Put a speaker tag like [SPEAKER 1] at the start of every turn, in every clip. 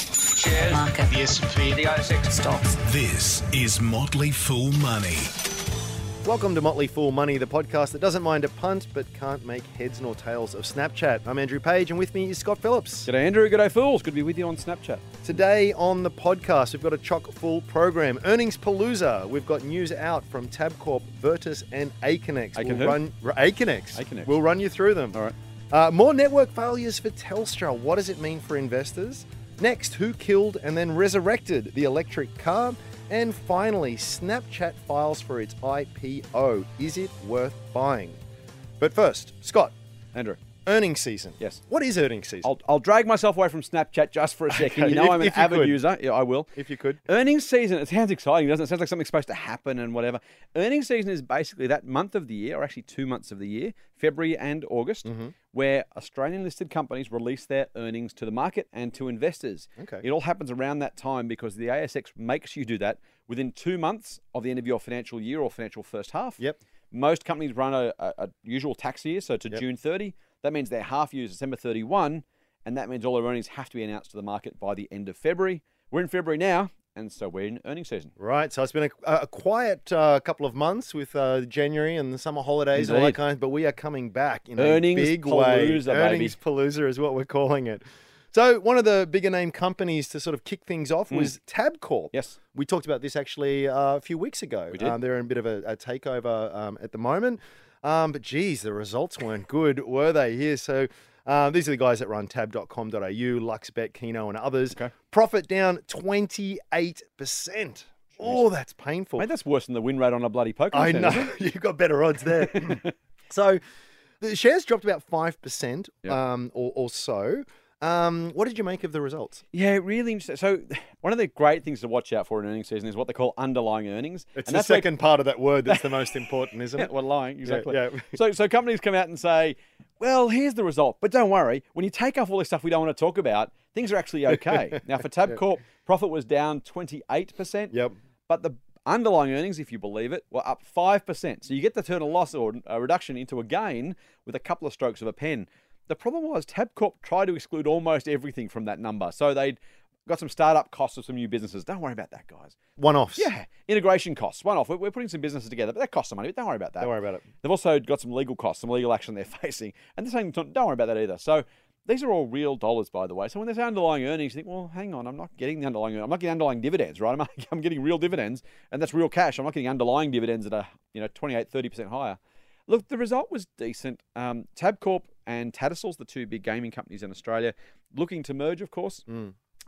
[SPEAKER 1] shares,
[SPEAKER 2] Market.
[SPEAKER 1] the S&P, the ASX.
[SPEAKER 2] Stocks.
[SPEAKER 3] This is Motley Fool Money.
[SPEAKER 4] Welcome to Motley Fool Money, the podcast that doesn't mind a punt but can't make heads nor tails of Snapchat. I'm Andrew Page, and with me is Scott Phillips.
[SPEAKER 5] G'day, Andrew. G'day, fools. Good to be with you on Snapchat.
[SPEAKER 4] Today on the podcast, we've got a chock full program. Earnings Palooza. We've got news out from Tabcorp, Vertus, and Aconex.
[SPEAKER 5] Aiken
[SPEAKER 4] we'll
[SPEAKER 5] who?
[SPEAKER 4] run r- Aconex.
[SPEAKER 5] Aconex.
[SPEAKER 4] We'll run you through them.
[SPEAKER 5] All right.
[SPEAKER 4] Uh, more network failures for Telstra. What does it mean for investors? Next, who killed and then resurrected the electric car? And finally, Snapchat files for its IPO. Is it worth buying? But first, Scott,
[SPEAKER 5] Andrew,
[SPEAKER 4] earnings season.
[SPEAKER 5] Yes.
[SPEAKER 4] What is earnings season?
[SPEAKER 5] I'll, I'll drag myself away from Snapchat just for a second.
[SPEAKER 4] Okay,
[SPEAKER 5] You know
[SPEAKER 4] if-
[SPEAKER 5] I'm an
[SPEAKER 4] if you
[SPEAKER 5] avid
[SPEAKER 4] could.
[SPEAKER 5] user. Yeah, I will.
[SPEAKER 4] If you could.
[SPEAKER 5] Earnings season, it sounds exciting, doesn't it? It sounds like something's supposed to happen and whatever. Earnings season is basically that month of the year, or actually two months of the year, February and August,
[SPEAKER 4] Mm-hmm.
[SPEAKER 5] where Australian listed companies release their earnings to the market and to investors.
[SPEAKER 4] Okay.
[SPEAKER 5] It all happens around that time because the ASX makes you do that within two months of the end of your financial year or financial first half.
[SPEAKER 4] Yep.
[SPEAKER 5] Most companies run a, a, a usual tax year, so to June 30. That means their half year is December 31, and that means all their earnings have to be announced to the market by the end of February. We're in February now, and so we're in earnings season.
[SPEAKER 4] Right, so it's been a, a quiet uh, couple of months with uh, January and the summer holidays and all that
[SPEAKER 5] Indeed.
[SPEAKER 4] kind of. But we are coming back in
[SPEAKER 5] Earnings
[SPEAKER 4] a big
[SPEAKER 5] palooza,
[SPEAKER 4] way.
[SPEAKER 5] baby.
[SPEAKER 4] Earnings palooza is what we're calling it. So one of the bigger name companies to sort of kick things off was Tabcorp.
[SPEAKER 5] Hmm. Yes.
[SPEAKER 4] we talked about this actually uh, a few weeks ago.
[SPEAKER 5] did.
[SPEAKER 4] Um, they're in a bit of a, a takeover um, at the moment. Um, but geez, the results weren't good, were they? Here, so. Uh, these are the guys that run tab.com.au, Luxbet, Keno, and others. Profit down 28%. Oh, that's painful.
[SPEAKER 5] Mate, that's worse than the win rate on a bloody poker.
[SPEAKER 4] I
[SPEAKER 5] machine, isn't
[SPEAKER 4] know
[SPEAKER 5] it?
[SPEAKER 4] you've got better odds there. so the shares dropped about five percent, um, or, or so. Um, what did you make of the results?
[SPEAKER 5] Yeah, really interesting. So, one of the great things to watch out for in earnings season is what they call underlying earnings. and that's where
[SPEAKER 4] part of that word that's the most important, isn't
[SPEAKER 5] We're lying, exactly.
[SPEAKER 4] yeah.
[SPEAKER 5] so, so companies come out and say, "Well, here's the result," but don't worry. When you take off all this stuff we don't want to talk about, things are actually okay. now, for Tabcorp, profit was down 28 percent.
[SPEAKER 4] Yep.
[SPEAKER 5] But the underlying earnings, if you believe it, were up five percent. So you get to turn a loss or a reduction into a gain with a couple of strokes of a pen. The problem was Tabcorp tried to exclude almost everything from that number. So they'd got some startup costs of some new businesses. Don't worry about that, guys.
[SPEAKER 4] One offs.
[SPEAKER 5] Yeah, integration costs, one off. We're, we're putting some businesses together, but that costs some money. But don't worry about that.
[SPEAKER 4] Don't worry about it.
[SPEAKER 5] They've also got some legal costs, some legal action they're facing, and they're saying, "Don't don't worry about that either." So these are all real dollars, by the way. So when they say underlying earnings, you think, "Well, hang on, I'm not getting the underlying. I'm not getting underlying dividends, right? I'm, I'm getting real dividends, and that's real cash. I'm not getting underlying dividends that are you know 28, 30 percent higher." Look, the result was decent. Um, Tabcorp and Tattersalls, the two big gaming companies in Australia, looking to merge, of course.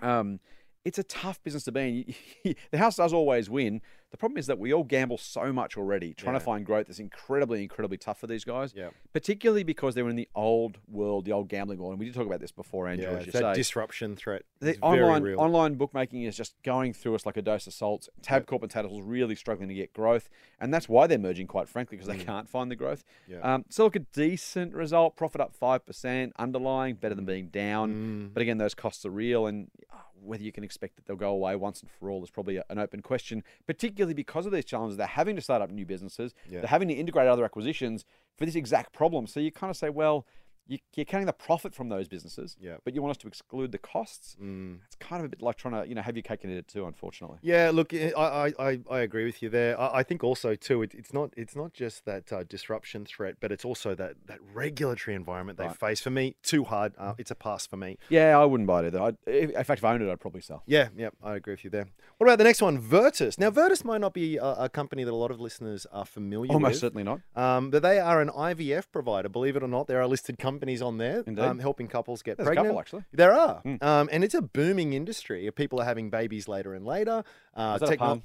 [SPEAKER 5] Um, it's a tough business to be in. the house does always win. The problem is that we all gamble so much already. Trying to find growth is incredibly, incredibly tough for these guys.
[SPEAKER 4] Yeah.
[SPEAKER 5] Particularly because they're in the old world, the old gambling world. And we did talk about this before, Andrew,
[SPEAKER 4] Yeah,
[SPEAKER 5] as you
[SPEAKER 4] that
[SPEAKER 5] say.
[SPEAKER 4] disruption threat.
[SPEAKER 5] the
[SPEAKER 4] is very
[SPEAKER 5] online
[SPEAKER 4] real.
[SPEAKER 5] online bookmaking is just going through us like a dose of salt. Tabcorp and Tattersalls really struggling to get growth, and that's why they're merging, quite frankly, because they can't find the growth.
[SPEAKER 4] Mm. Yeah.
[SPEAKER 5] Um, so look, a decent result, profit up five percent, underlying better than being down.
[SPEAKER 4] Mm.
[SPEAKER 5] But again, those costs are real, and uh, whether you can expect that they'll go away once and for all is probably a- an open question. Particularly because of these challenges, they're having to start up new businesses,
[SPEAKER 4] Yeah.
[SPEAKER 5] they're having to integrate other acquisitions for this exact problem. So you kind of say, well. you- You're counting the profit from those businesses,
[SPEAKER 4] Yeah.
[SPEAKER 5] but you want us to exclude the costs.
[SPEAKER 4] Mm.
[SPEAKER 5] It's kind of a bit like trying to, you know, have your cake and eat it too. Unfortunately,
[SPEAKER 4] Yeah, look, eh, I- I, I, I agree with you there. I, I think also too, it, it's not it's not just that uh, disruption threat, but it's also that that regulatory environment they face. For me, too hard. Uh, it's a pass for me.
[SPEAKER 5] yeah, I wouldn't buy it either. I'd, if- in fact, if I owned it, I'd probably sell.
[SPEAKER 4] Yeah, yeah, I agree with you there. What about the next one, Vertus? Now, Vertus might not be a, a company that a lot of listeners are familiar
[SPEAKER 5] Almost
[SPEAKER 4] with.
[SPEAKER 5] certainly not.
[SPEAKER 4] Um, but they are an IVF provider, believe it or not. There are listed companies on there
[SPEAKER 5] Indeed.
[SPEAKER 4] um, helping couples get
[SPEAKER 5] There's a
[SPEAKER 4] pregnant.
[SPEAKER 5] couple, actually. Hmm.
[SPEAKER 4] There are, um, and it's a booming industry. People are having babies later and later. Uh,
[SPEAKER 5] Is that a
[SPEAKER 4] techno-
[SPEAKER 5] pun?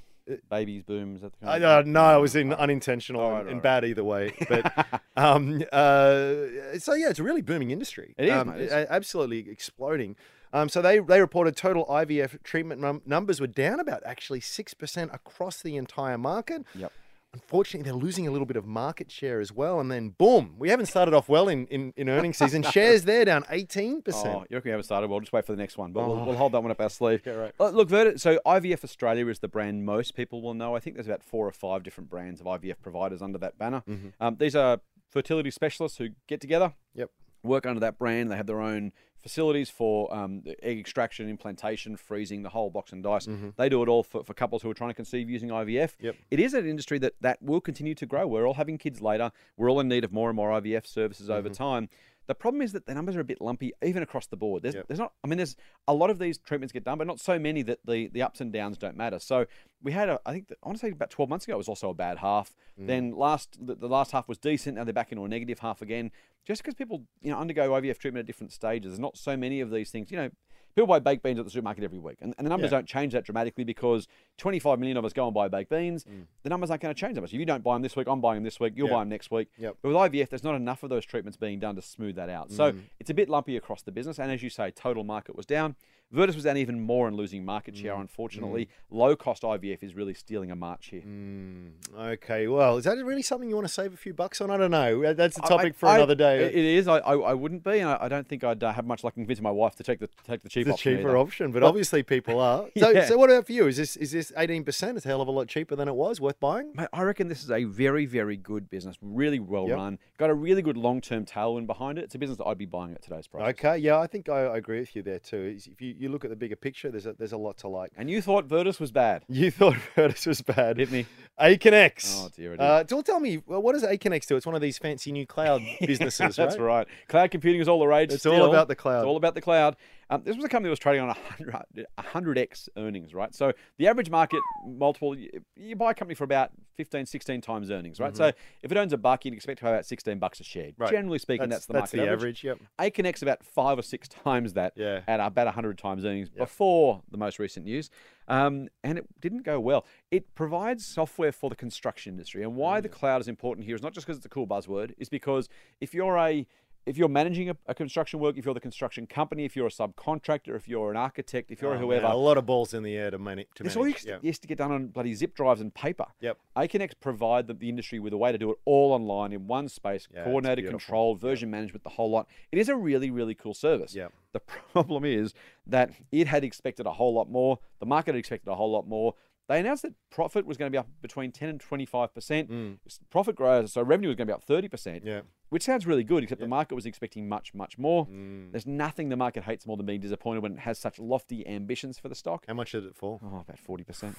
[SPEAKER 5] Babies boom. Is that the
[SPEAKER 4] I,
[SPEAKER 5] kind
[SPEAKER 4] uh,
[SPEAKER 5] of
[SPEAKER 4] no, it was in unintentional and, and bad either way. But um, uh, so yeah, it's a really booming industry.
[SPEAKER 5] It is,
[SPEAKER 4] Um,
[SPEAKER 5] mate, it is.
[SPEAKER 4] a- absolutely exploding. Um, so they they reported total IVF treatment num- numbers were down about actually six percent across the entire market.
[SPEAKER 5] Yep.
[SPEAKER 4] Unfortunately, they're losing a little bit of market share as well. And then boom, we haven't started off well in in, in earnings season. Shares there down eighteen
[SPEAKER 5] Oh,
[SPEAKER 4] percent.
[SPEAKER 5] you reckon we haven't started? Well, just wait for the next one. But we'll, we'll hold that one up our sleeve.
[SPEAKER 4] Oh. Yeah, right.
[SPEAKER 5] Uh, Look, Verdi- so IVF Australia is the brand most people will know. I think there's about four or five different
[SPEAKER 4] Mm-hmm.
[SPEAKER 5] brands of IVF providers under that banner. Um, these are fertility specialists who get together,
[SPEAKER 4] Yep.
[SPEAKER 5] work under that brand. They have their own facilities for um, the egg extraction, implantation, freezing, the whole box and dice. They do it all for, for couples who are trying to conceive using IVF.
[SPEAKER 4] Yep.
[SPEAKER 5] It is an industry that, that will continue to grow. We're all having kids later. We're all in need of more and more IVF services over time. The problem is that the numbers are a bit lumpy, even across the board. There's, there's not, I mean, there's a lot of these treatments get done, but not so many that the, the ups and downs don't matter. So we had, a, I think, I want to say about 12 months ago, it was also a bad half. Then last, the, the last half was decent. Now they're back into a negative half again. Just because people, you know, undergo IVF treatment at different stages, there's not so many of these things. You know, people buy baked beans at the supermarket every week, and, and the numbers
[SPEAKER 4] Yeah.
[SPEAKER 5] don't change that dramatically because 25 million of us go and buy baked beans. The numbers aren't going to change that much. If you don't buy them this week, I'm buying them this week. You'll
[SPEAKER 4] Mm. Yeah.
[SPEAKER 5] buy them next week.
[SPEAKER 4] Yep.
[SPEAKER 5] But with IVF, there's not enough of those treatments being done to smooth that out. So
[SPEAKER 4] Mm.
[SPEAKER 5] it's a bit lumpy across the business. And as you say, total market was down. Virtus was down even more and losing market share,
[SPEAKER 4] Mm.
[SPEAKER 5] unfortunately. Low cost IVF is really stealing a march here.
[SPEAKER 4] Mm. Okay, well, is that really something you want to save a few bucks on? I don't know. That's a
[SPEAKER 5] I-
[SPEAKER 4] topic
[SPEAKER 5] I-
[SPEAKER 4] for
[SPEAKER 5] I-
[SPEAKER 4] another day.
[SPEAKER 5] It is. I, I, I wouldn't be, and I, I don't think I'd uh, have much luck convincing my wife to take the take the cheap
[SPEAKER 4] the
[SPEAKER 5] option.
[SPEAKER 4] cheaper
[SPEAKER 5] either.
[SPEAKER 4] option, but obviously people are. So,
[SPEAKER 5] Yeah.
[SPEAKER 4] so what about for you? Is this is this eighteen percent? It's a hell of a lot cheaper than it was. Worth buying?
[SPEAKER 5] Mate, I reckon this is a very, very good business. Really well
[SPEAKER 4] Yep.
[SPEAKER 5] run. Got a really good long term tailwind behind it. It's a business that I'd be buying at today's price.
[SPEAKER 4] Okay, yeah, I think I, I agree with you there too. Is If you, you look at the bigger picture, there's a, there's a lot to like.
[SPEAKER 5] And you thought Virtus was bad.
[SPEAKER 4] You thought Virtus was bad.
[SPEAKER 5] Hit me.
[SPEAKER 4] Aiken X.
[SPEAKER 5] Oh, dear, it
[SPEAKER 4] Uh, don't tell me, well, what does Aiken X do? It's one of these fancy new cloud businesses,
[SPEAKER 5] That's
[SPEAKER 4] right?
[SPEAKER 5] right. Cloud computing is all the rage.
[SPEAKER 4] It's all
[SPEAKER 5] still.
[SPEAKER 4] about the cloud.
[SPEAKER 5] It's all about the cloud. Um, this was a company that was trading on 100, 100x earnings, right? So the average market multiple, you, you buy a company for about 15, 16 times earnings, right? So if it earns a buck, you'd expect to pay about 16 bucks a share.
[SPEAKER 4] Mm-hmm. Right.
[SPEAKER 5] Generally speaking, that's, the market
[SPEAKER 4] average. Yep.
[SPEAKER 5] Aconex about five or six times that
[SPEAKER 4] Yeah.
[SPEAKER 5] at about 100 times earnings before the most recent news. Um, and it didn't go well. It provides software for the construction industry. And why
[SPEAKER 4] Mm.
[SPEAKER 5] the cloud is important here is not just because it's a cool buzzword, it's because if you're a if you're managing a, a construction work, if you're the construction company, if you're a subcontractor, if you're an architect, if you're
[SPEAKER 4] Oh, man,
[SPEAKER 5] whoever,
[SPEAKER 4] a lot of balls in the air to manage. To
[SPEAKER 5] it's all
[SPEAKER 4] manage.
[SPEAKER 5] used,
[SPEAKER 4] yeah.
[SPEAKER 5] to, used to get done on bloody zip drives and paper.
[SPEAKER 4] Yep.
[SPEAKER 5] Aconex provide the, the industry with a way to do it all online in one space,
[SPEAKER 4] Yeah, it's
[SPEAKER 5] coordinated,
[SPEAKER 4] beautiful.
[SPEAKER 5] controlled, version management, the whole lot. It is a really, really cool service.
[SPEAKER 4] Yep.
[SPEAKER 5] The problem is that it had expected a whole lot more. The market had expected a whole lot more. They announced that profit was going to be up between 10 and 25%. S- Profit growth, so revenue was going to be up 30%.
[SPEAKER 4] Mm. Yeah.
[SPEAKER 5] Which sounds really good, except the market was expecting much, much more.
[SPEAKER 4] Mm.
[SPEAKER 5] There's nothing the market hates more than being disappointed when it has such lofty ambitions for the stock.
[SPEAKER 4] How much did it fall?
[SPEAKER 5] Oh, about forty percent.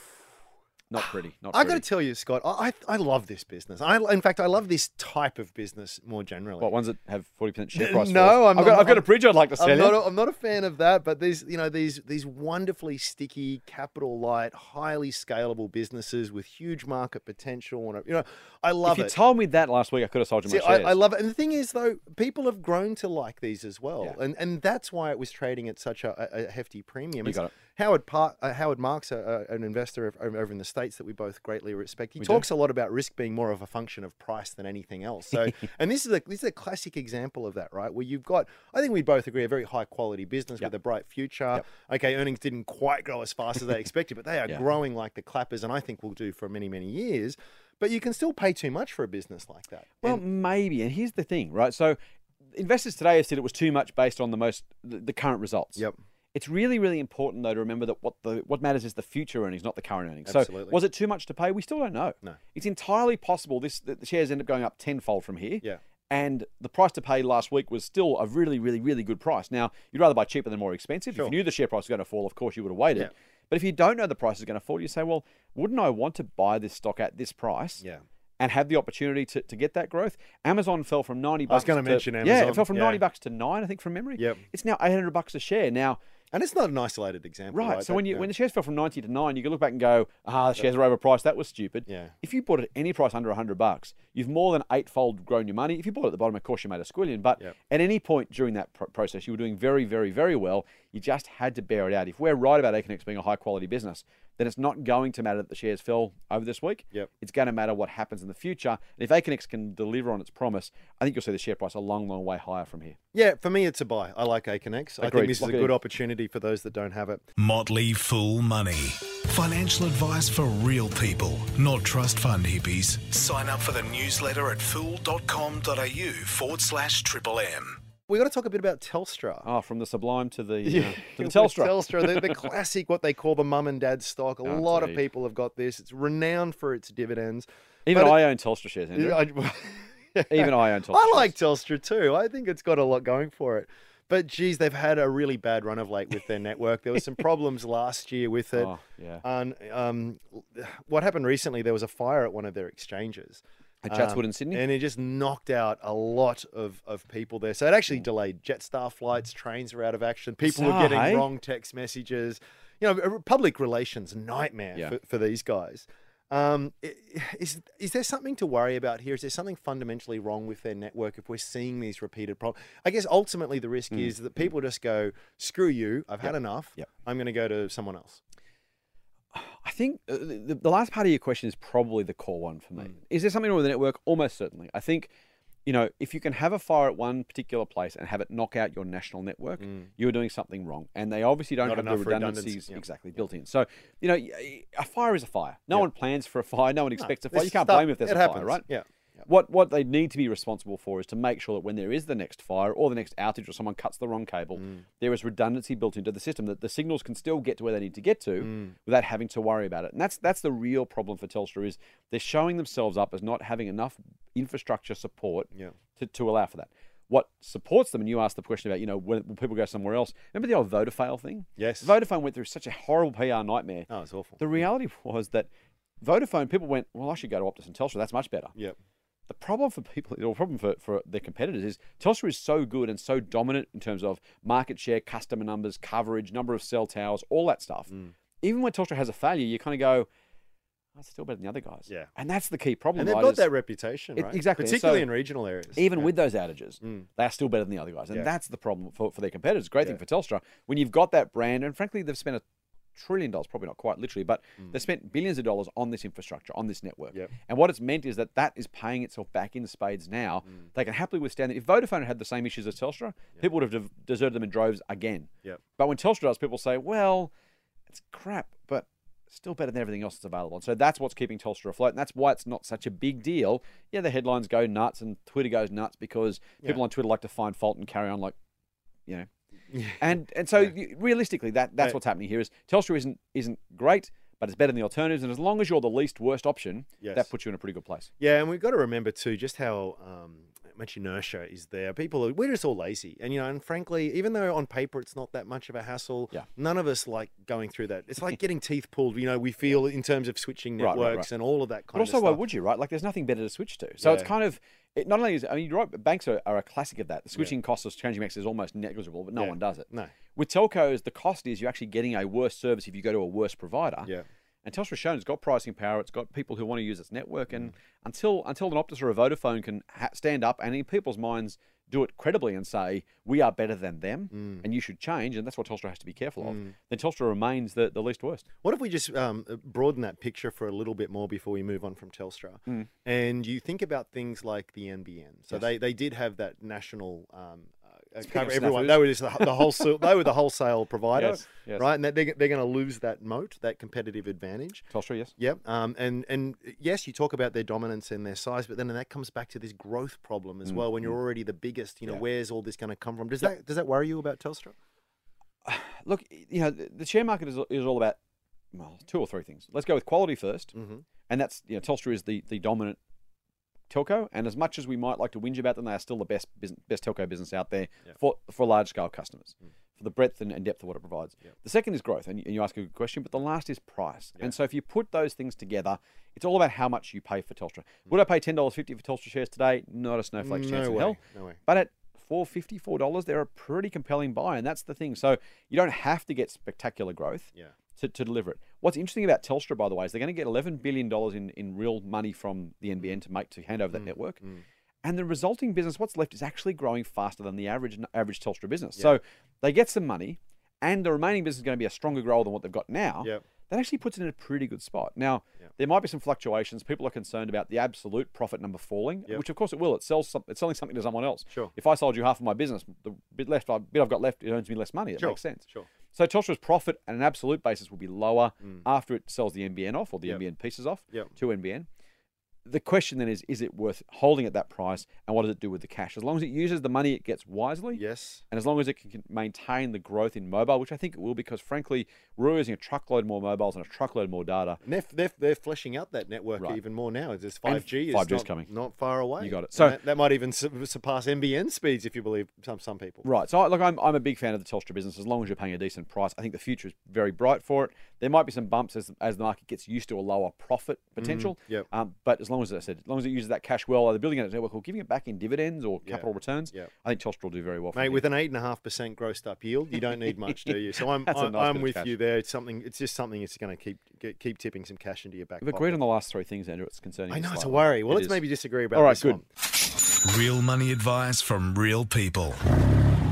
[SPEAKER 5] Not pretty. Not
[SPEAKER 4] I
[SPEAKER 5] pretty.
[SPEAKER 4] got to tell you, Scott, I, I I love this business. I in fact I love this type of business more generally.
[SPEAKER 5] what ones that have forty percent share
[SPEAKER 4] N-
[SPEAKER 5] price?
[SPEAKER 4] no,
[SPEAKER 5] falls?
[SPEAKER 4] I'm
[SPEAKER 5] I've got,
[SPEAKER 4] not-
[SPEAKER 5] I've got a
[SPEAKER 4] I'm-
[SPEAKER 5] bridge I'd like to sell
[SPEAKER 4] I'm
[SPEAKER 5] you.
[SPEAKER 4] not, a, I'm not a fan of that, but these, you know, these these wonderfully sticky, capital light, highly scalable businesses with huge market potential, and you know, I
[SPEAKER 5] if
[SPEAKER 4] love
[SPEAKER 5] you
[SPEAKER 4] it.
[SPEAKER 5] told me that last week, I could have sold you
[SPEAKER 4] See,
[SPEAKER 5] my shares.
[SPEAKER 4] I, I love it. And the thing is, though, people have grown to like these as well,
[SPEAKER 5] Yeah.
[SPEAKER 4] and and that's why it was trading at such a, a- a hefty premium.
[SPEAKER 5] You
[SPEAKER 4] It's
[SPEAKER 5] got it.
[SPEAKER 4] Howard Park, uh, Howard Marks, a, a- an investor of, over over in the states that we both greatly respect, he talks a lot about risk being more of a function of price than anything else. So, and this is a this is a classic example of that, right? Where you've got, I think we both agree, a very high quality business with a bright future. Okay, earnings didn't quite grow as fast as they expected, but they are
[SPEAKER 5] Yeah.
[SPEAKER 4] growing like the clappers, and I think will do for many many years. But you can still pay too much for a business like that.
[SPEAKER 5] well, maybe. And here's the thing, right? So, investors today have said it was too much based on the most the, the current results.
[SPEAKER 4] Yep.
[SPEAKER 5] It's really, really important though to remember that what the what matters is the future earnings, not the current earnings.
[SPEAKER 4] Absolutely.
[SPEAKER 5] So, was it too much to pay? We still don't know.
[SPEAKER 4] No.
[SPEAKER 5] It's entirely possible this that the shares end up going up tenfold from here.
[SPEAKER 4] Yeah.
[SPEAKER 5] and the price to pay last week was still a really, really, really good price. Now, you'd rather buy cheaper than more expensive. If
[SPEAKER 4] Sure.
[SPEAKER 5] you knew the share price was going to fall, of course, you would have waited.
[SPEAKER 4] Yeah.
[SPEAKER 5] But if you don't know the price is going to fall, you say, well, wouldn't I want to buy this stock at this price?
[SPEAKER 4] Yeah.
[SPEAKER 5] And have the opportunity to, to get that growth. Amazon fell from ninety bucks.
[SPEAKER 4] was gonna
[SPEAKER 5] to-
[SPEAKER 4] mention
[SPEAKER 5] Yeah,
[SPEAKER 4] Amazon.
[SPEAKER 5] it fell from
[SPEAKER 4] Yeah.
[SPEAKER 5] ninety bucks to nine, I think, from memory.
[SPEAKER 4] Yep.
[SPEAKER 5] It's now eight hundred bucks a share. Now,
[SPEAKER 4] And it's not an isolated example,
[SPEAKER 5] Right.
[SPEAKER 4] right?
[SPEAKER 5] So when
[SPEAKER 4] That-
[SPEAKER 5] you
[SPEAKER 4] yeah.
[SPEAKER 5] when the shares fell from ninety to nine, you can look back and go, ah, the shares are overpriced. That was stupid.
[SPEAKER 4] Yeah.
[SPEAKER 5] If you bought at any price under hundred bucks, you've more than eightfold grown your money. If you bought at the bottom, of course, you made a squillion. But
[SPEAKER 4] Yep.
[SPEAKER 5] at any point during that pr- process, you were doing very, very, very well. You just had to bear it out. If we're right about Econex being a high quality business, then it's not going to matter that the shares fell over this week.
[SPEAKER 4] Yep.
[SPEAKER 5] It's going to matter what happens in the future. And if Econex can deliver on its promise, I think you'll see the share price a long, long way higher from here.
[SPEAKER 4] yeah, for me it's a buy. I like Aconex. I think
[SPEAKER 5] Agreed.
[SPEAKER 4] this is a
[SPEAKER 5] Lock it
[SPEAKER 4] good
[SPEAKER 5] in.
[SPEAKER 4] opportunity for those that don't have it.
[SPEAKER 3] Motley Fool Money. Financial advice for real people, not trust fund hippies. Sign up for the newsletter at fool.com.au forward slash triple M.
[SPEAKER 4] We got to talk a bit about Telstra.
[SPEAKER 5] Ah, from the sublime to the, uh, to the
[SPEAKER 4] With
[SPEAKER 5] Telstra.
[SPEAKER 4] Telstra, the, the classic, what they call the mum and dad stock. A
[SPEAKER 5] Oh,
[SPEAKER 4] lot of
[SPEAKER 5] gee.
[SPEAKER 4] people have got this. It's renowned for its dividends.
[SPEAKER 5] Even
[SPEAKER 4] But
[SPEAKER 5] I own Telstra shares. Andrew.
[SPEAKER 4] I-
[SPEAKER 5] Even I own Telstra.
[SPEAKER 4] I like Telstra too. I think it's got a lot going for it. But geez, they've had a really bad run of late with their network. There were some problems last year with it.
[SPEAKER 5] Oh, yeah.
[SPEAKER 4] And um, what happened recently, there was a fire at one of their exchanges.
[SPEAKER 5] At
[SPEAKER 4] um,
[SPEAKER 5] Chatswood and Sydney.
[SPEAKER 4] And it just knocked out a lot of, of people there. So it
[SPEAKER 5] Mm.
[SPEAKER 4] actually delayed Jetstar flights, trains were out of action, people were
[SPEAKER 5] Bizarre,
[SPEAKER 4] getting
[SPEAKER 5] hey?
[SPEAKER 4] wrong text messages. You know, a public relations nightmare
[SPEAKER 5] Yeah.
[SPEAKER 4] for, for these guys. Um, i- is, is there something to worry about here? Is there something fundamentally wrong with their network if we're seeing these repeated problems? I guess ultimately the risk is that people just go, screw you, I've had enough,
[SPEAKER 5] Mm. Yep.
[SPEAKER 4] I'm going to go to someone else.
[SPEAKER 5] I think uh, the, the last part of your question is probably the core one for me.
[SPEAKER 4] Hmm.
[SPEAKER 5] Is there something wrong with the network? Almost certainly. I think, you know, if you can have a fire at one particular place and have it knock out your national network, you're doing something wrong. And they obviously don't
[SPEAKER 4] Hmm. Not
[SPEAKER 5] have the
[SPEAKER 4] enough redundancy,
[SPEAKER 5] redundancies
[SPEAKER 4] yeah.
[SPEAKER 5] exactly built in. So, you know, y- a fire is a fire. No one plans for a fire. No one expects a fire.
[SPEAKER 4] This
[SPEAKER 5] You can't
[SPEAKER 4] stuff-
[SPEAKER 5] blame if there's
[SPEAKER 4] it
[SPEAKER 5] a
[SPEAKER 4] happens.
[SPEAKER 5] fire, right?
[SPEAKER 4] Yeah.
[SPEAKER 5] What what they need to be responsible for is to make sure that when there is the next fire or the next outage or someone cuts the wrong cable,
[SPEAKER 4] Mm.
[SPEAKER 5] there is redundancy built into the system that the signals can still get to where they need to get to
[SPEAKER 4] Mm.
[SPEAKER 5] without having to worry about it. And that's that's the real problem for Telstra is they're showing themselves up as not having enough infrastructure support
[SPEAKER 4] Yeah.
[SPEAKER 5] to, to allow for that. What supports them, and you asked the question about, you know, when, when people go somewhere else. Remember the old Vodafone thing?
[SPEAKER 4] Yes.
[SPEAKER 5] Vodafone went through such a horrible PR nightmare.
[SPEAKER 4] Oh, it's awful.
[SPEAKER 5] The reality was that Vodafone people went, well, I should go to Optus and Telstra. That's much better
[SPEAKER 4] Yep.
[SPEAKER 5] the problem for people, or problem for, for their competitors is Telstra is so good and so dominant in terms of market share, customer numbers, coverage, number of cell towers, all that stuff.
[SPEAKER 4] Mm.
[SPEAKER 5] Even when Telstra has a failure, you kind of go, "Oh, it's still better than the other guys.
[SPEAKER 4] Yeah.
[SPEAKER 5] And that's the key problem.
[SPEAKER 4] And they've
[SPEAKER 5] right,
[SPEAKER 4] got
[SPEAKER 5] is
[SPEAKER 4] that reputation,
[SPEAKER 5] It-
[SPEAKER 4] right?
[SPEAKER 5] exactly, and
[SPEAKER 4] Particularly
[SPEAKER 5] so-
[SPEAKER 4] in regional areas.
[SPEAKER 5] even
[SPEAKER 4] Yeah. Mm.
[SPEAKER 5] with those outages, they are still better than the other guys. And
[SPEAKER 4] Yeah.
[SPEAKER 5] that's the problem for, for their competitors. Great
[SPEAKER 4] Yeah.
[SPEAKER 5] thing for Telstra. When you've got that brand, and frankly, they've spent a trillion dollars, probably not quite literally, but they've spent billions of dollars on this infrastructure, on this network.
[SPEAKER 4] Mm. Yep.
[SPEAKER 5] And what it's meant is that that is paying itself back in spades now.
[SPEAKER 4] Mm.
[SPEAKER 5] They can happily withstand it. If Vodafone had the same issues as Telstra, people would have de- deserted them in droves again.
[SPEAKER 4] Yep.
[SPEAKER 5] But when Telstra does, people say, well, it's crap, but still better than everything else that's available. And so that's what's keeping Telstra afloat. And that's why it's not such a big deal. Yeah, the headlines go nuts and Twitter goes nuts because people on Twitter like to find fault and carry on like, you know. And and so you- realistically, that that's
[SPEAKER 4] Right.
[SPEAKER 5] what's happening here is Telstra isn't isn't great, but it's better than the alternatives. And as long as you're the least worst option,
[SPEAKER 4] Yes.
[SPEAKER 5] that puts you in a pretty good place.
[SPEAKER 4] Yeah, and we've got to remember too just how um, much inertia is there. People, are, we're just all lazy, and you know, and frankly, even though on paper it's not that much of a hassle,
[SPEAKER 5] Yeah.
[SPEAKER 4] none of us like going through that. It's like getting teeth pulled. You know, we feel in terms of switching
[SPEAKER 5] Right, right,
[SPEAKER 4] networks
[SPEAKER 5] right.
[SPEAKER 4] and all of that kind
[SPEAKER 5] But also,
[SPEAKER 4] of
[SPEAKER 5] why
[SPEAKER 4] stuff.
[SPEAKER 5] would you, right? Like, there's nothing better to switch to. So it's
[SPEAKER 4] Yeah.
[SPEAKER 5] kind of it, not only is I mean, you're right, but banks are, are a classic of that. The switching costs of changing banks is almost negligible, but no
[SPEAKER 4] Yeah.
[SPEAKER 5] one does it.
[SPEAKER 4] No.
[SPEAKER 5] With telcos, the cost is you're actually getting a worse service if you go to a worse provider.
[SPEAKER 4] Yeah.
[SPEAKER 5] And Telstra's shown it's got pricing power. It's got people who want to use its network.
[SPEAKER 4] Mm.
[SPEAKER 5] And until until an Optus or a Vodafone can ha- stand up and in people's minds do it credibly and say we are better than them
[SPEAKER 4] Mm.
[SPEAKER 5] and you should change, and that's what Telstra has to be careful of. Then Telstra remains the, the least worst.
[SPEAKER 4] What if we just um, broaden that picture for a little bit more before we move on from Telstra?
[SPEAKER 5] Mm.
[SPEAKER 4] And you think about things like the NBN. So they, they did have that national um, uh, cover.
[SPEAKER 5] of
[SPEAKER 4] Everyone
[SPEAKER 5] snafus.
[SPEAKER 4] they were just the, the wholesale. they were the wholesale provider,
[SPEAKER 5] Yes, yes.
[SPEAKER 4] right? And that they, they're going to lose that moat, that competitive advantage.
[SPEAKER 5] Telstra, yes.
[SPEAKER 4] Yep. Um, and and yes, you talk about their dominance and their size, but then that comes back to this growth problem
[SPEAKER 5] Mm,
[SPEAKER 4] as well. When you're already the biggest, you know, where's all this going to come from? Does that does that worry you about Telstra?
[SPEAKER 5] look, you know, the the share market is, is all about well, two or three things. Let's go with quality 1st
[SPEAKER 4] Mm-hmm.
[SPEAKER 5] and that's you know, Telstra is the the dominant telco, and as much as we might like to whinge about them, they are still the best business, best telco business out there for for large scale customers.
[SPEAKER 4] Mm.
[SPEAKER 5] For the breadth and, and depth of what it provides. The second is growth, and you, and you ask a good question, but the last is price. And so, if you put those things together, it's all about how much you pay for Telstra. Would I pay ten dollars fifty for Telstra shares today? Not a snowflake's
[SPEAKER 4] Mm. No
[SPEAKER 5] chance in
[SPEAKER 4] way,
[SPEAKER 5] hell.
[SPEAKER 4] no way.
[SPEAKER 5] But at four fifty, four dollars, they're a pretty compelling buy, and that's the thing. So you don't have to get spectacular growth
[SPEAKER 4] Yeah.
[SPEAKER 5] to, to deliver it. What's interesting about Telstra, by the way, is they're going to get eleven billion dollars in, in real money from
[SPEAKER 4] Mm.
[SPEAKER 5] the NBN to make to hand over that network, and the resulting business, what's left, is actually growing faster than the average average Telstra business. So they get some money, and the remaining business is going to be a stronger grower than what they've got now
[SPEAKER 4] Yep.
[SPEAKER 5] that actually puts it in a pretty good spot. Now, there might be some fluctuations. People are concerned about the absolute profit number falling, which of course it will. It sells some, it's selling something to someone else.
[SPEAKER 4] Sure.
[SPEAKER 5] If I sold you half of my business, the bit left, bit I've got left, it earns me less money. It
[SPEAKER 4] Sure,
[SPEAKER 5] makes sense.
[SPEAKER 4] sure.
[SPEAKER 5] So Telstra's profit on an absolute basis will be lower after it sells the NBN off or the NBN pieces off
[SPEAKER 4] Yep.
[SPEAKER 5] to NBN. the question then is is it worth holding at that price and what does it do with the cash as long as it uses the money it gets wisely
[SPEAKER 4] Yes.
[SPEAKER 5] and as long as it can maintain the growth in mobile which i think it will because frankly we're using a truckload more mobiles and a truckload more data
[SPEAKER 4] And they're, they're, they're fleshing out that network
[SPEAKER 5] Right.
[SPEAKER 4] even more now. It's just 5G is
[SPEAKER 5] 5G is
[SPEAKER 4] not,
[SPEAKER 5] coming.
[SPEAKER 4] not far away.
[SPEAKER 5] You got it.
[SPEAKER 4] And
[SPEAKER 5] So-
[SPEAKER 4] that, that might even su- surpass NBN speeds if you believe some some people.
[SPEAKER 5] Right. So, I- look, I'm, I'm a big fan of the Telstra business as long as you're paying a decent price. I think the future is very bright for it. There might be some bumps as, as the market gets used to a lower profit potential.
[SPEAKER 4] Mm, yep.
[SPEAKER 5] Um, but as long as, as I said, as long as it uses that cash well, either building out its network or giving it back in dividends or capital returns,
[SPEAKER 4] yep.
[SPEAKER 5] I think Telstra will do very well. for
[SPEAKER 4] Mate,
[SPEAKER 5] me.
[SPEAKER 4] with an eight and a half percent grossed up yield, you don't need much, do you? So I'm
[SPEAKER 5] That's a
[SPEAKER 4] I'm,
[SPEAKER 5] nice bit
[SPEAKER 4] I'm
[SPEAKER 5] of
[SPEAKER 4] with
[SPEAKER 5] cash.
[SPEAKER 4] you there. It's something. It's just something. It's going to keep get, keep tipping some cash into your back.
[SPEAKER 5] We've agreed on the last three things, Andrew. It's concerning.
[SPEAKER 4] I
[SPEAKER 5] me
[SPEAKER 4] know it's a
[SPEAKER 5] slightly.
[SPEAKER 4] worry. Well,
[SPEAKER 5] It
[SPEAKER 4] let's
[SPEAKER 5] is.
[SPEAKER 4] maybe disagree about
[SPEAKER 5] All right,
[SPEAKER 4] this
[SPEAKER 5] good.
[SPEAKER 4] one.
[SPEAKER 3] Real money advice from real people.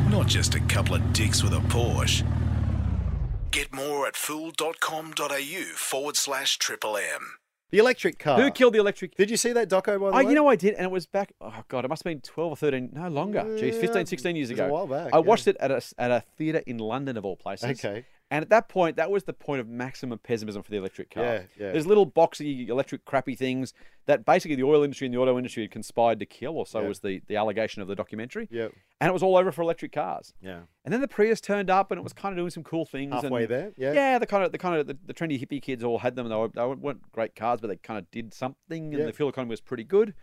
[SPEAKER 3] Not just a couple of dicks with a Porsche. Get more at fool.com.au forward slash triple M.
[SPEAKER 4] The electric car.
[SPEAKER 5] Who killed the electric?
[SPEAKER 4] Did you see that doco by the
[SPEAKER 5] Oh,
[SPEAKER 4] way?
[SPEAKER 5] you know I did, and it was back. Oh god, it must have been twelve or thirteen, no longer. Jeez,
[SPEAKER 4] Yeah,
[SPEAKER 5] 15, 16 years
[SPEAKER 4] it was a
[SPEAKER 5] ago.
[SPEAKER 4] while back,
[SPEAKER 5] I
[SPEAKER 4] yeah.
[SPEAKER 5] watched it at a s- at a theater in London of all places.
[SPEAKER 4] Okay.
[SPEAKER 5] And at that point, that was the point of maximum pessimism for the electric car.
[SPEAKER 4] Yeah, yeah.
[SPEAKER 5] There's little boxy electric crappy things that basically the oil industry and the auto industry had conspired to kill, or so
[SPEAKER 4] Yeah.
[SPEAKER 5] was the, the allegation of the documentary.
[SPEAKER 4] Yep.
[SPEAKER 5] And it was all over for electric cars.
[SPEAKER 4] Yeah.
[SPEAKER 5] And then the Prius turned up, and it was kind of doing some cool things.
[SPEAKER 4] Halfway
[SPEAKER 5] and,
[SPEAKER 4] there, yeah.
[SPEAKER 5] Yeah, the kind of the kind of the, the trendy hippie kids all had them, and they, were, they weren't great cars, but they kind of did something, and
[SPEAKER 4] Yeah.
[SPEAKER 5] the fuel economy was pretty good.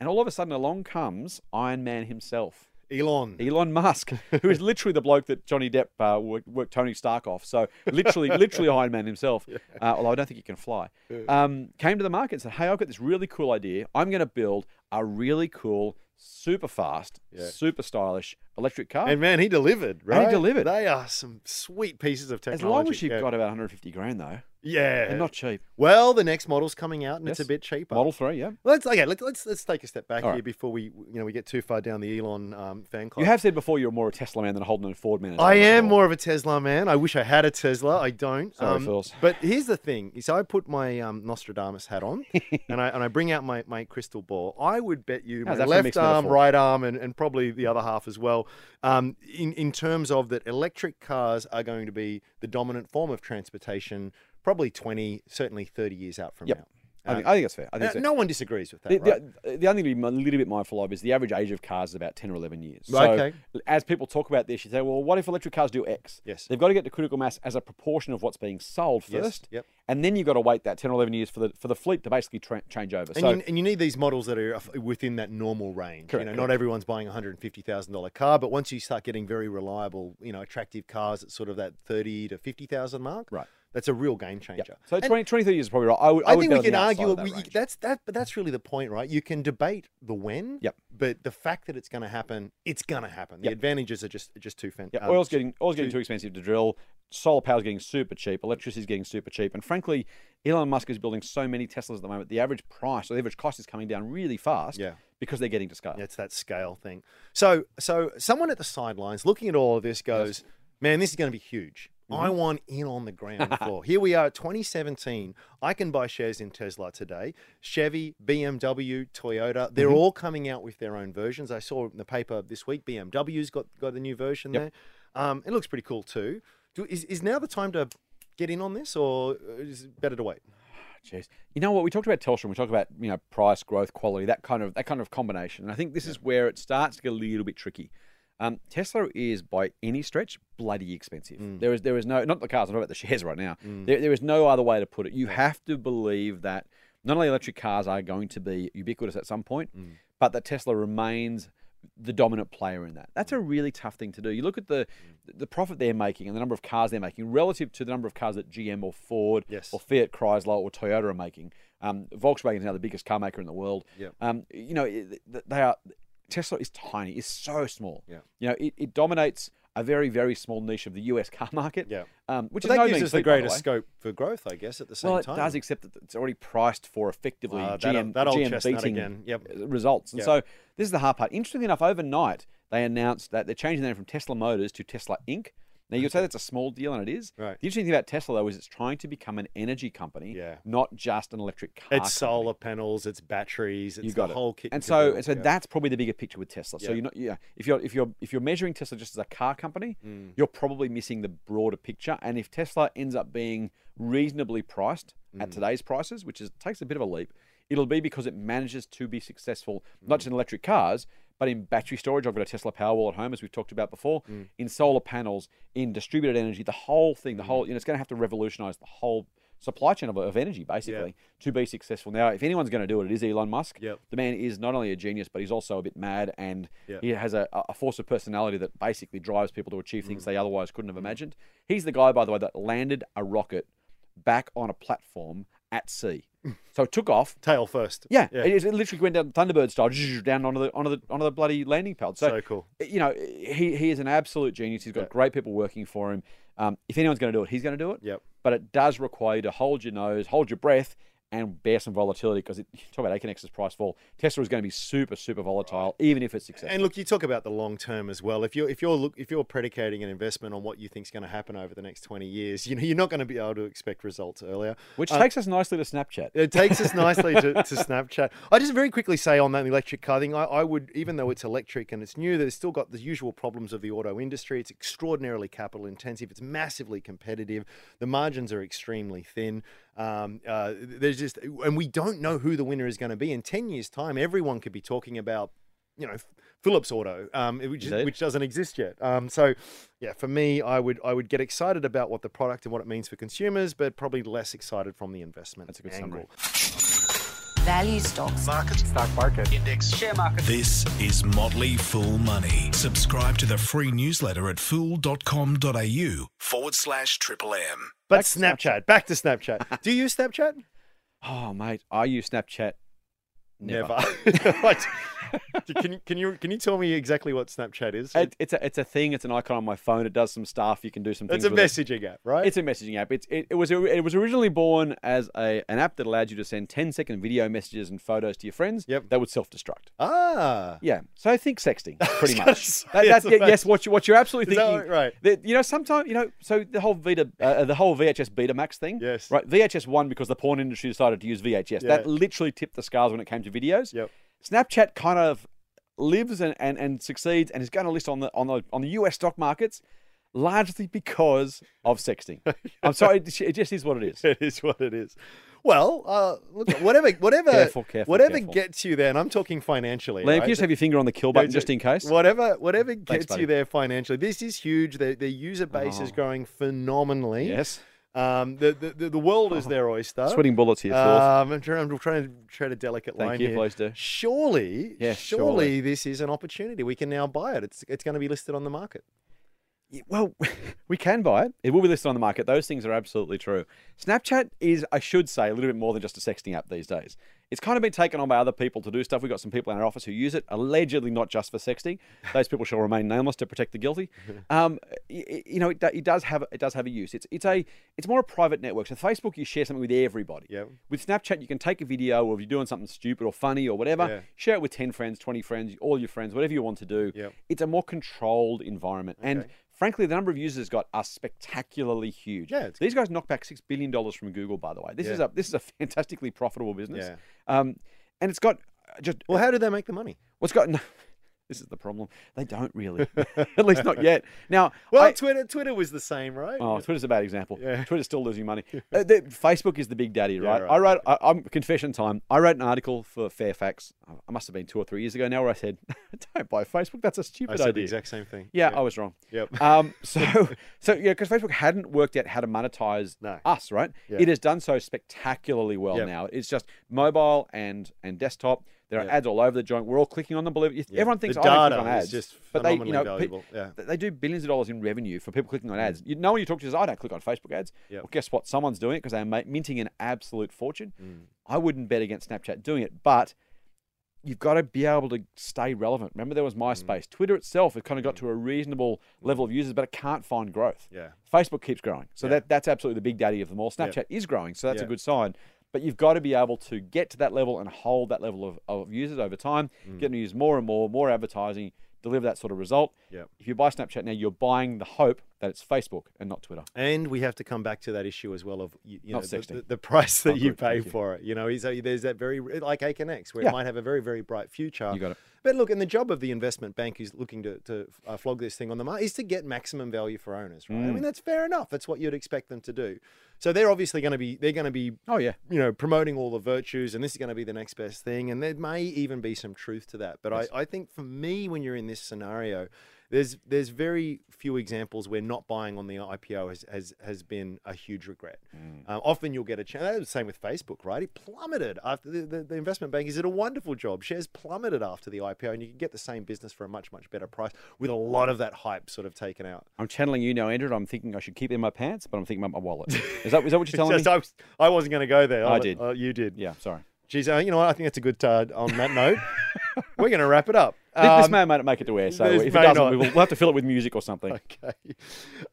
[SPEAKER 5] And all of a sudden, along comes Iron Man himself,
[SPEAKER 4] Elon.
[SPEAKER 5] Elon Musk, who is literally the bloke that Johnny Depp uh, worked, worked Tony Stark off. So literally, literally Iron Man himself. Uh, although I don't think he can fly. Um, came to the market and said, "Hey, I've got this really cool idea. I'm going to build a really cool, super fast,
[SPEAKER 4] Yeah.
[SPEAKER 5] super stylish electric car."
[SPEAKER 4] And man, he delivered. Right.
[SPEAKER 5] delivered.
[SPEAKER 4] They are some sweet pieces of
[SPEAKER 5] As
[SPEAKER 4] technology.
[SPEAKER 5] long as you've
[SPEAKER 4] yeah.
[SPEAKER 5] got about 150 grand though,
[SPEAKER 4] Yeah.
[SPEAKER 5] and not cheap.
[SPEAKER 4] well, the next model's coming out and it's a
[SPEAKER 5] Yes.
[SPEAKER 4] bit cheaper.
[SPEAKER 5] Model three, yeah.
[SPEAKER 4] Let's okay. Let's let's, let's take a step back
[SPEAKER 5] All
[SPEAKER 4] here
[SPEAKER 5] right.
[SPEAKER 4] before we you know we get too far down the Elon um, fan club.
[SPEAKER 5] You have said before you're more a Tesla man than a Holden and Ford man. as
[SPEAKER 4] I
[SPEAKER 5] well,
[SPEAKER 4] am
[SPEAKER 5] so-
[SPEAKER 4] more of a Tesla man. I wish I had a Tesla. I don't. um,
[SPEAKER 5] Sorry, fools.
[SPEAKER 4] But here's the thing: is I put my um, Nostradamus hat on, and I and I bring out my, my crystal ball. I would bet you
[SPEAKER 5] How's
[SPEAKER 4] my
[SPEAKER 5] that for a
[SPEAKER 4] left
[SPEAKER 5] mixed
[SPEAKER 4] arm,
[SPEAKER 5] metaphor?
[SPEAKER 4] right arm, and, and probably the other half as well. Um, in in terms of that, electric cars are going to be the dominant form of transportation. Probably twenty, certainly thirty years out from
[SPEAKER 5] Yep.
[SPEAKER 4] now. Uh,
[SPEAKER 5] I think, I think that's fair. I think
[SPEAKER 4] Now,
[SPEAKER 5] that's fair.
[SPEAKER 4] no one disagrees with that.
[SPEAKER 5] The,
[SPEAKER 4] right?
[SPEAKER 5] the, the only thing to be a little bit mindful of is the average age of cars is about 10 or 11 years. So
[SPEAKER 4] Right, okay.
[SPEAKER 5] as people talk about this, you say, well, what if electric cars do X?
[SPEAKER 4] Yes.
[SPEAKER 5] They've got to get to critical mass as a proportion of what's being sold
[SPEAKER 4] Yes,
[SPEAKER 5] first.
[SPEAKER 4] yep.
[SPEAKER 5] And then you've got to wait that 10 or 11 years for the, for the fleet to basically tra- change over.
[SPEAKER 4] And,
[SPEAKER 5] so
[SPEAKER 4] you, and you need these models that are uh, f- within that normal range. you
[SPEAKER 5] Correct,
[SPEAKER 4] know, not everyone's buying a hundred and fifty thousand dollar car, but once you start getting very reliable, you know, attractive cars at sort of that thirty to fifty thousand mark,
[SPEAKER 5] Right.
[SPEAKER 4] That's a real game changer.
[SPEAKER 5] so
[SPEAKER 4] And
[SPEAKER 5] 20, 20, 30 years is probably right. I, would,
[SPEAKER 4] I,
[SPEAKER 5] I would
[SPEAKER 4] think
[SPEAKER 5] bet
[SPEAKER 4] we
[SPEAKER 5] on the
[SPEAKER 4] can
[SPEAKER 5] outside
[SPEAKER 4] argue
[SPEAKER 5] of that
[SPEAKER 4] we,
[SPEAKER 5] range.
[SPEAKER 4] that's that, but that's really the point, right? You can debate the when,
[SPEAKER 5] Yep.
[SPEAKER 4] but the fact that it's going to happen, it's going to happen. The
[SPEAKER 5] Yep.
[SPEAKER 4] advantages are just just too uh, fantastic.
[SPEAKER 5] Yeah, oil's getting oil's getting too expensive to drill. Solar power's getting super cheap. Electricity's getting super cheap. And frankly, Elon Musk is building so many Teslas at the moment. The average price, or the average cost, is coming down really fast.
[SPEAKER 4] Yeah.
[SPEAKER 5] because they're getting to scale.
[SPEAKER 4] It's that scale thing. So, so someone at the sidelines looking at all of this goes, "Man, this is going to be huge.
[SPEAKER 5] Mm-hmm.
[SPEAKER 4] I want in on the ground floor." Here we are, at 2017. I can buy shares in Tesla today. Chevy, BMW, Toyota.
[SPEAKER 5] Mm-hmm.
[SPEAKER 4] They're all coming out with their own versions. I saw in the paper this week. BMW's got got a new version there. Um, it looks pretty cool too. Do, is is now the time to get in on this, or is it better to wait?
[SPEAKER 5] Jeez. You know what? We talked about Telstra. and We talked about you know price, growth, quality, that kind of that kind of combination. And I think this is where it starts to get a little bit tricky. Um, Tesla is by any stretch bloody expensive. There is there is no not the cars. I'm talking about the shares right now. There, there is no other way to put it. You have to believe that not only electric cars are going to be ubiquitous at some point, but that Tesla remains the dominant player in that. That's a really tough thing to do. You look at the the profit they're making and the number of cars they're making relative to the number of cars that GM or Ford
[SPEAKER 4] Yes.
[SPEAKER 5] or Fiat Chrysler or Toyota are making. Um, Volkswagen is now the biggest car maker in the world.
[SPEAKER 4] Yep.
[SPEAKER 5] Um, you know, it- th- they are Tesla is tiny, is so small.
[SPEAKER 4] Yeah.
[SPEAKER 5] You know, it, it dominates a very very small niche of the U.S. car market.
[SPEAKER 4] Yeah.
[SPEAKER 5] Um, which
[SPEAKER 4] But that
[SPEAKER 5] is no
[SPEAKER 4] gives
[SPEAKER 5] mean
[SPEAKER 4] us the
[SPEAKER 5] feat, by
[SPEAKER 4] greatest
[SPEAKER 5] way.
[SPEAKER 4] scope for growth, I guess. At the same
[SPEAKER 5] Well, it
[SPEAKER 4] time,
[SPEAKER 5] does, except that it's already priced for effectively
[SPEAKER 4] Ah, that
[SPEAKER 5] GM,
[SPEAKER 4] old- that old
[SPEAKER 5] GM
[SPEAKER 4] chestnut
[SPEAKER 5] beating uh,
[SPEAKER 4] again. Yep.
[SPEAKER 5] results. And
[SPEAKER 4] Yep.
[SPEAKER 5] so this is the hard part. Interestingly enough, overnight they announced that they're changing the name from Tesla Motors to Tesla Inc. Now you could say that's a small deal, and it is.
[SPEAKER 4] Right.
[SPEAKER 5] The interesting thing about Tesla though is it's trying to become an energy company,
[SPEAKER 4] Yeah.
[SPEAKER 5] not just an electric car.
[SPEAKER 4] It's
[SPEAKER 5] company.
[SPEAKER 4] solar panels, it's batteries, it's
[SPEAKER 5] You got
[SPEAKER 4] the
[SPEAKER 5] it.
[SPEAKER 4] whole kit.
[SPEAKER 5] and so,
[SPEAKER 4] caboodle,
[SPEAKER 5] and so
[SPEAKER 4] yeah.
[SPEAKER 5] that's probably the bigger picture with Tesla. So
[SPEAKER 4] Yeah.
[SPEAKER 5] you're not, yeah. If you're, if you're, if you're measuring Tesla just as a car company, you're probably missing the broader picture. And if Tesla ends up being reasonably priced at today's prices, which is takes a bit of a leap, It'll be because it manages to be successful, not just in electric cars, but in battery storage. I've got a Tesla Powerwall at home, as we've talked about before, in solar panels, in distributed energy, the whole thing, the whole, you know, it's going to have to revolutionize the whole supply chain of, of energy, basically, to be successful. Now, if anyone's going to do it, it is Elon Musk.
[SPEAKER 4] Yep.
[SPEAKER 5] The man is not only a genius, but he's also a bit mad and
[SPEAKER 4] Yeah.
[SPEAKER 5] he has a, a force of personality that basically drives people to achieve
[SPEAKER 4] Mm.
[SPEAKER 5] things they otherwise couldn't have imagined. He's the guy, by the way, that landed a rocket back on a platform at sea. so it took off.
[SPEAKER 4] Tail first.
[SPEAKER 5] Yeah,
[SPEAKER 4] Yeah.
[SPEAKER 5] It, it literally went down Thunderbird style, down onto the onto the onto the bloody landing pad. So,
[SPEAKER 4] So cool.
[SPEAKER 5] You know, he he is an absolute genius. He's got
[SPEAKER 4] Yeah.
[SPEAKER 5] great people working for him. Um, if anyone's going to do it, he's going to do it.
[SPEAKER 4] Yep.
[SPEAKER 5] But it does require you to hold your nose, hold your breath, and bear some volatility because talk about Aconex's price fall. Tesla is going to be super super volatile, even if it's successful.
[SPEAKER 4] And look, you talk about the long term as well. If you're if you're look, if you're predicating an investment on what you think is going to happen over the next twenty years, you know you're not going to be able to expect results earlier.
[SPEAKER 5] Which
[SPEAKER 4] Uh,
[SPEAKER 5] takes us nicely to Snapchat.
[SPEAKER 4] It takes us nicely to, to Snapchat. I just very quickly say on that electric car thing, I, I would, even though it's electric and it's new, that it's still got the usual problems of the auto industry. It's extraordinarily capital intensive. It's massively competitive. The margins are extremely thin. Um, uh, there's just, and we don't know who the winner is going to be. In 10 years' time, everyone could be talking about, you know, Philips Auto, um, which,
[SPEAKER 5] Indeed.
[SPEAKER 4] is, which doesn't exist yet. Um, so, yeah, for me, I would I would get excited about what the product and what it means for consumers, but probably less excited from the investment.
[SPEAKER 5] That's a good
[SPEAKER 4] angle.
[SPEAKER 5] summary.
[SPEAKER 6] value stocks,
[SPEAKER 3] Market, stock market, index, share market. This is Motley Fool Money. Subscribe to the free newsletter at fool.com.au forward slash triple M.
[SPEAKER 4] But
[SPEAKER 5] Back to
[SPEAKER 4] Snapchat, back to Snapchat. Do you use Snapchat?
[SPEAKER 5] Oh mate, I use Snapchat.
[SPEAKER 4] What? Do- can, can you can you tell me exactly what Snapchat is?
[SPEAKER 5] It, it's a it's a thing. It's an icon on my phone. It does some stuff. You can do some things.
[SPEAKER 4] it's a
[SPEAKER 5] with it.
[SPEAKER 4] messaging app, right?
[SPEAKER 5] It's a messaging app. It's, it, it was it was originally born as a an app that allowed you to send 10 second video messages and photos to your friends
[SPEAKER 4] Yep.
[SPEAKER 5] that would self destruct.
[SPEAKER 4] ah,
[SPEAKER 5] Yeah, so I think sexting pretty
[SPEAKER 4] gonna
[SPEAKER 5] much.
[SPEAKER 4] say,
[SPEAKER 5] That,
[SPEAKER 4] it's
[SPEAKER 5] that's,
[SPEAKER 4] a
[SPEAKER 5] yes, what you what you're absolutely
[SPEAKER 4] Is that
[SPEAKER 5] thinking.
[SPEAKER 4] right?
[SPEAKER 5] that, you know, sometimes you know. So the whole Vita, uh, the whole VHS Betamax thing.
[SPEAKER 4] Yes.
[SPEAKER 5] Right. VHS won because the porn industry decided to use VHS. That
[SPEAKER 4] Yeah.
[SPEAKER 5] literally tipped the scales when it came to videos.
[SPEAKER 4] Yep.
[SPEAKER 5] Snapchat kind of lives and, and, and succeeds and is going to list on the on the on the US stock markets largely because of sexting. I'm sorry, it, it just is what it is.
[SPEAKER 4] it is what it is. Well, uh, look, whatever, whatever,
[SPEAKER 5] Careful, careful,
[SPEAKER 4] whatever
[SPEAKER 5] careful.
[SPEAKER 4] gets you there. And I'm talking financially.
[SPEAKER 5] Liam,
[SPEAKER 4] right?
[SPEAKER 5] can you just have your finger on the kill
[SPEAKER 4] No,
[SPEAKER 5] button
[SPEAKER 4] ju-
[SPEAKER 5] just in case?
[SPEAKER 4] Whatever, whatever gets
[SPEAKER 5] buddy. Oh.
[SPEAKER 4] you there financially. This is huge. Their, their user base is growing phenomenally.
[SPEAKER 5] Yes. Oh.
[SPEAKER 4] Um, the, the- the the world is their oyster.
[SPEAKER 5] Sweating bullets here, Thorf.
[SPEAKER 4] Um, I'm, trying, I'm trying to tread a delicate
[SPEAKER 5] Thank
[SPEAKER 4] line
[SPEAKER 5] you,
[SPEAKER 4] here.
[SPEAKER 5] please do.
[SPEAKER 4] Surely,
[SPEAKER 5] Yeah,
[SPEAKER 4] surely,
[SPEAKER 5] surely.
[SPEAKER 4] this is an opportunity. We can now buy it. It's it's going to be listed on the market.
[SPEAKER 5] Yeah, Well, we can buy it. It will be listed on the market. Those things are absolutely true. Snapchat is, I should say, a little bit more than just a sexting app these days. It's kind of been taken on by other people to do stuff. We've got some people in our office who use it, allegedly not just for sexting. Those people shall remain nameless to protect the guilty. Um, y- y- you know, it, do- it does have it does have a use. It's it's a it's more a private network. So Facebook, you share something with everybody.
[SPEAKER 4] Yep.
[SPEAKER 5] With Snapchat, you can take a video, or if you're doing something stupid or funny or whatever,
[SPEAKER 4] Yeah.
[SPEAKER 5] share it with ten friends, twenty friends, all your friends, whatever you want to do
[SPEAKER 4] Yep.
[SPEAKER 5] it's a more controlled environment. And frankly, the number of users got are spectacularly huge.
[SPEAKER 4] Yeah, it's-
[SPEAKER 5] These guys knocked back six billion dollars from Google, by the way. This is
[SPEAKER 4] Yeah.
[SPEAKER 5] a this is a fantastically profitable business.
[SPEAKER 4] Yeah.
[SPEAKER 5] Um, and it's got uh, just
[SPEAKER 4] Well, how do they make the money?
[SPEAKER 5] what's got. No, this is the problem. They don't really, at least not yet. Now,
[SPEAKER 4] Well,
[SPEAKER 5] I-
[SPEAKER 4] Twitter Twitter was the same, right?
[SPEAKER 5] Oh, Twitter's a bad example.
[SPEAKER 4] Yeah.
[SPEAKER 5] Twitter's still losing money. Uh, the- Facebook is the big daddy, right?
[SPEAKER 4] right.
[SPEAKER 5] I wrote, I, I'm confession time. I wrote an article for Fairfax. uh, I must have been two or three years ago now, where I said, "Don't buy Facebook. That's a
[SPEAKER 4] I
[SPEAKER 5] stupid
[SPEAKER 4] said the
[SPEAKER 5] idea."
[SPEAKER 4] exact same thing.
[SPEAKER 5] Yeah, oh, I was wrong.
[SPEAKER 4] Yep.
[SPEAKER 5] Um, so, so yeah, because Facebook hadn't worked out how to monetize
[SPEAKER 4] No.
[SPEAKER 5] us, right?
[SPEAKER 4] Yeah.
[SPEAKER 5] It has done so spectacularly well
[SPEAKER 4] Yep.
[SPEAKER 5] now. It's just mobile and and desktop. There are
[SPEAKER 4] Yep.
[SPEAKER 5] ads all over the joint. We're all clicking on them. Believe it.
[SPEAKER 4] Yeah.
[SPEAKER 5] Everyone thinks "Oh,
[SPEAKER 4] The
[SPEAKER 5] I don't click
[SPEAKER 4] data
[SPEAKER 5] on
[SPEAKER 4] is
[SPEAKER 5] ads,
[SPEAKER 4] just
[SPEAKER 5] but they, you
[SPEAKER 4] phenomenally
[SPEAKER 5] know,
[SPEAKER 4] valuable.
[SPEAKER 5] pe-
[SPEAKER 4] Yeah.
[SPEAKER 5] th- they do billions of dollars in revenue for people clicking on ads. You, no one you talk to says, "I don't click on Facebook ads."
[SPEAKER 4] Yep.
[SPEAKER 5] Well, guess what? Someone's doing it because they're ma- minting an absolute fortune. I wouldn't bet against Snapchat doing it, but you've got to be able to stay relevant. Remember, there was MySpace. Twitter itself has kind of got to a reasonable level of users, but it can't find growth.
[SPEAKER 4] Yeah.
[SPEAKER 5] Facebook keeps growing. So that, that's absolutely the big daddy of them all. Snapchat is growing, so that's a good sign. But you've got to be able to get to that level and hold that level of, of users over time,
[SPEAKER 4] Mm.
[SPEAKER 5] get them to use more and more, more advertising, deliver that sort of result.
[SPEAKER 4] Yep.
[SPEAKER 5] If you buy Snapchat now, you're buying the hope that it's Facebook and not Twitter.
[SPEAKER 4] And we have to come back to that issue as well of you, you know,
[SPEAKER 5] Not
[SPEAKER 4] the,
[SPEAKER 5] 60.
[SPEAKER 4] the, the price that
[SPEAKER 5] Oh,
[SPEAKER 4] you
[SPEAKER 5] good,
[SPEAKER 4] pay
[SPEAKER 5] thank you.
[SPEAKER 4] for it. You know, is that- there's that very like AconX where
[SPEAKER 5] Yeah.
[SPEAKER 4] it might have a very very bright future.
[SPEAKER 5] You got it.
[SPEAKER 4] But look, and the job of the investment bank who's looking to, to uh, flog this thing on the market is to get maximum value for owners, right?
[SPEAKER 5] Mm.
[SPEAKER 4] I mean, that's fair enough. That's what you'd expect them to do. So they're obviously going to be they're going to be
[SPEAKER 5] Oh, yeah.
[SPEAKER 4] you know, promoting all the virtues and this is going to be the next best thing. And there may even be some truth to that. But I, I think for me, when you're in this scenario, there's there's very few examples where not buying on the IPO has has, has been a huge regret.
[SPEAKER 5] Mm.
[SPEAKER 4] Um, often you'll get a chance. That was the same with Facebook, right? It plummeted after the, the, the investment bankers did a wonderful job. Shares plummeted after the IPO, and you can get the same business for a much much better price with a lot of that hype sort of taken out.
[SPEAKER 5] I'm channeling you now, Andrew. and I'm thinking I should keep it in my pants, but I'm thinking about my wallet. Is that, is that what you're telling
[SPEAKER 4] Just-
[SPEAKER 5] me?
[SPEAKER 4] I, was, I wasn't going to go there.
[SPEAKER 5] I
[SPEAKER 4] I'll-
[SPEAKER 5] did.
[SPEAKER 4] uh, you did.
[SPEAKER 5] Yeah, sorry.
[SPEAKER 4] Geez, uh, you know what? I think that's a good uh, on that note. we're going to wrap it up.
[SPEAKER 5] This- this
[SPEAKER 4] Um,
[SPEAKER 5] may or may not make it to air, so
[SPEAKER 4] this
[SPEAKER 5] if it
[SPEAKER 4] may
[SPEAKER 5] doesn't,
[SPEAKER 4] not.
[SPEAKER 5] we will, we'll have to fill it with music or something.
[SPEAKER 4] okay.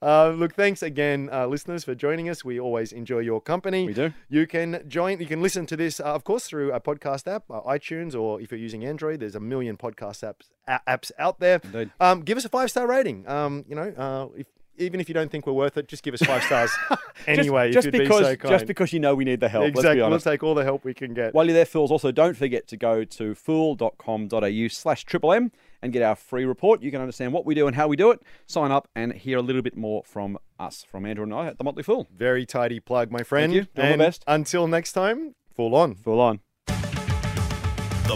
[SPEAKER 4] Uh, look, thanks again, uh, listeners, for joining us. We always enjoy your company.
[SPEAKER 5] We do.
[SPEAKER 4] You can join. You can listen to this, uh, of course, through a podcast app, uh, iTunes, or if you're using Android, there's a million podcast apps a- apps out there.
[SPEAKER 5] Indeed.
[SPEAKER 4] Um, give us a five star rating. Um, you know, uh, if, even if you don't think we're worth it, just give us five stars
[SPEAKER 5] Just-
[SPEAKER 4] anyway.
[SPEAKER 5] just
[SPEAKER 4] if you'd
[SPEAKER 5] because,
[SPEAKER 4] be so kind.
[SPEAKER 5] just because you know we need the help. Let's
[SPEAKER 4] exactly.
[SPEAKER 5] be
[SPEAKER 4] We'll
[SPEAKER 5] honest.
[SPEAKER 4] take all the help we can get.
[SPEAKER 5] While you're there, Fools, also don't forget to go to fool.com.au slash triple M and get our free report. You can understand what we do and how we do it. Sign up and hear a little bit more from us, from Andrew and I at The Motley Fool.
[SPEAKER 4] Very tidy plug, my friend.
[SPEAKER 5] you. Do all the
[SPEAKER 4] And
[SPEAKER 5] best.
[SPEAKER 4] Until next time, full on.
[SPEAKER 5] Fool on.
[SPEAKER 3] The